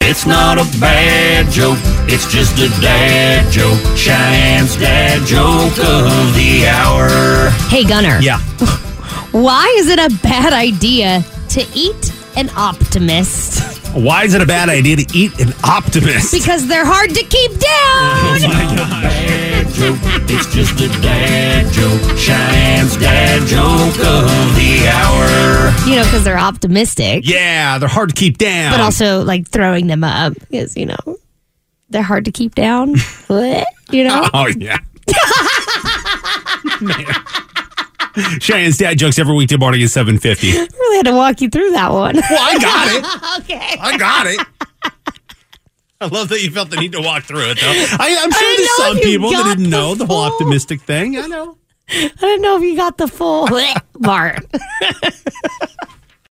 It's not a bad joke, it's just a dad joke. Cheyenne's dad joke of the hour. Hey, Gunner. Yeah. Why is it a bad idea to eat an optimist? Why is it a bad idea to eat an optimist? Because they're hard to keep oh down. my gosh. Dad joke, it's just a dad joke. Cheyenne's dad joke of the hour. You know, because they're optimistic, Yeah, they're hard to keep down. but also like throwing them up because, you know, they're hard to keep down. What? you know? Oh yeah. Man. Cheyenne's dad jokes every weekday morning at seven fifty. Well, really had to walk you through that one. I got it. okay. I got it. I love that you felt the need to walk through it, though. I, I'm sure didn't there's know some if you people that got didn't the know the whole full- optimistic thing. I know. I don't know if you got the full part.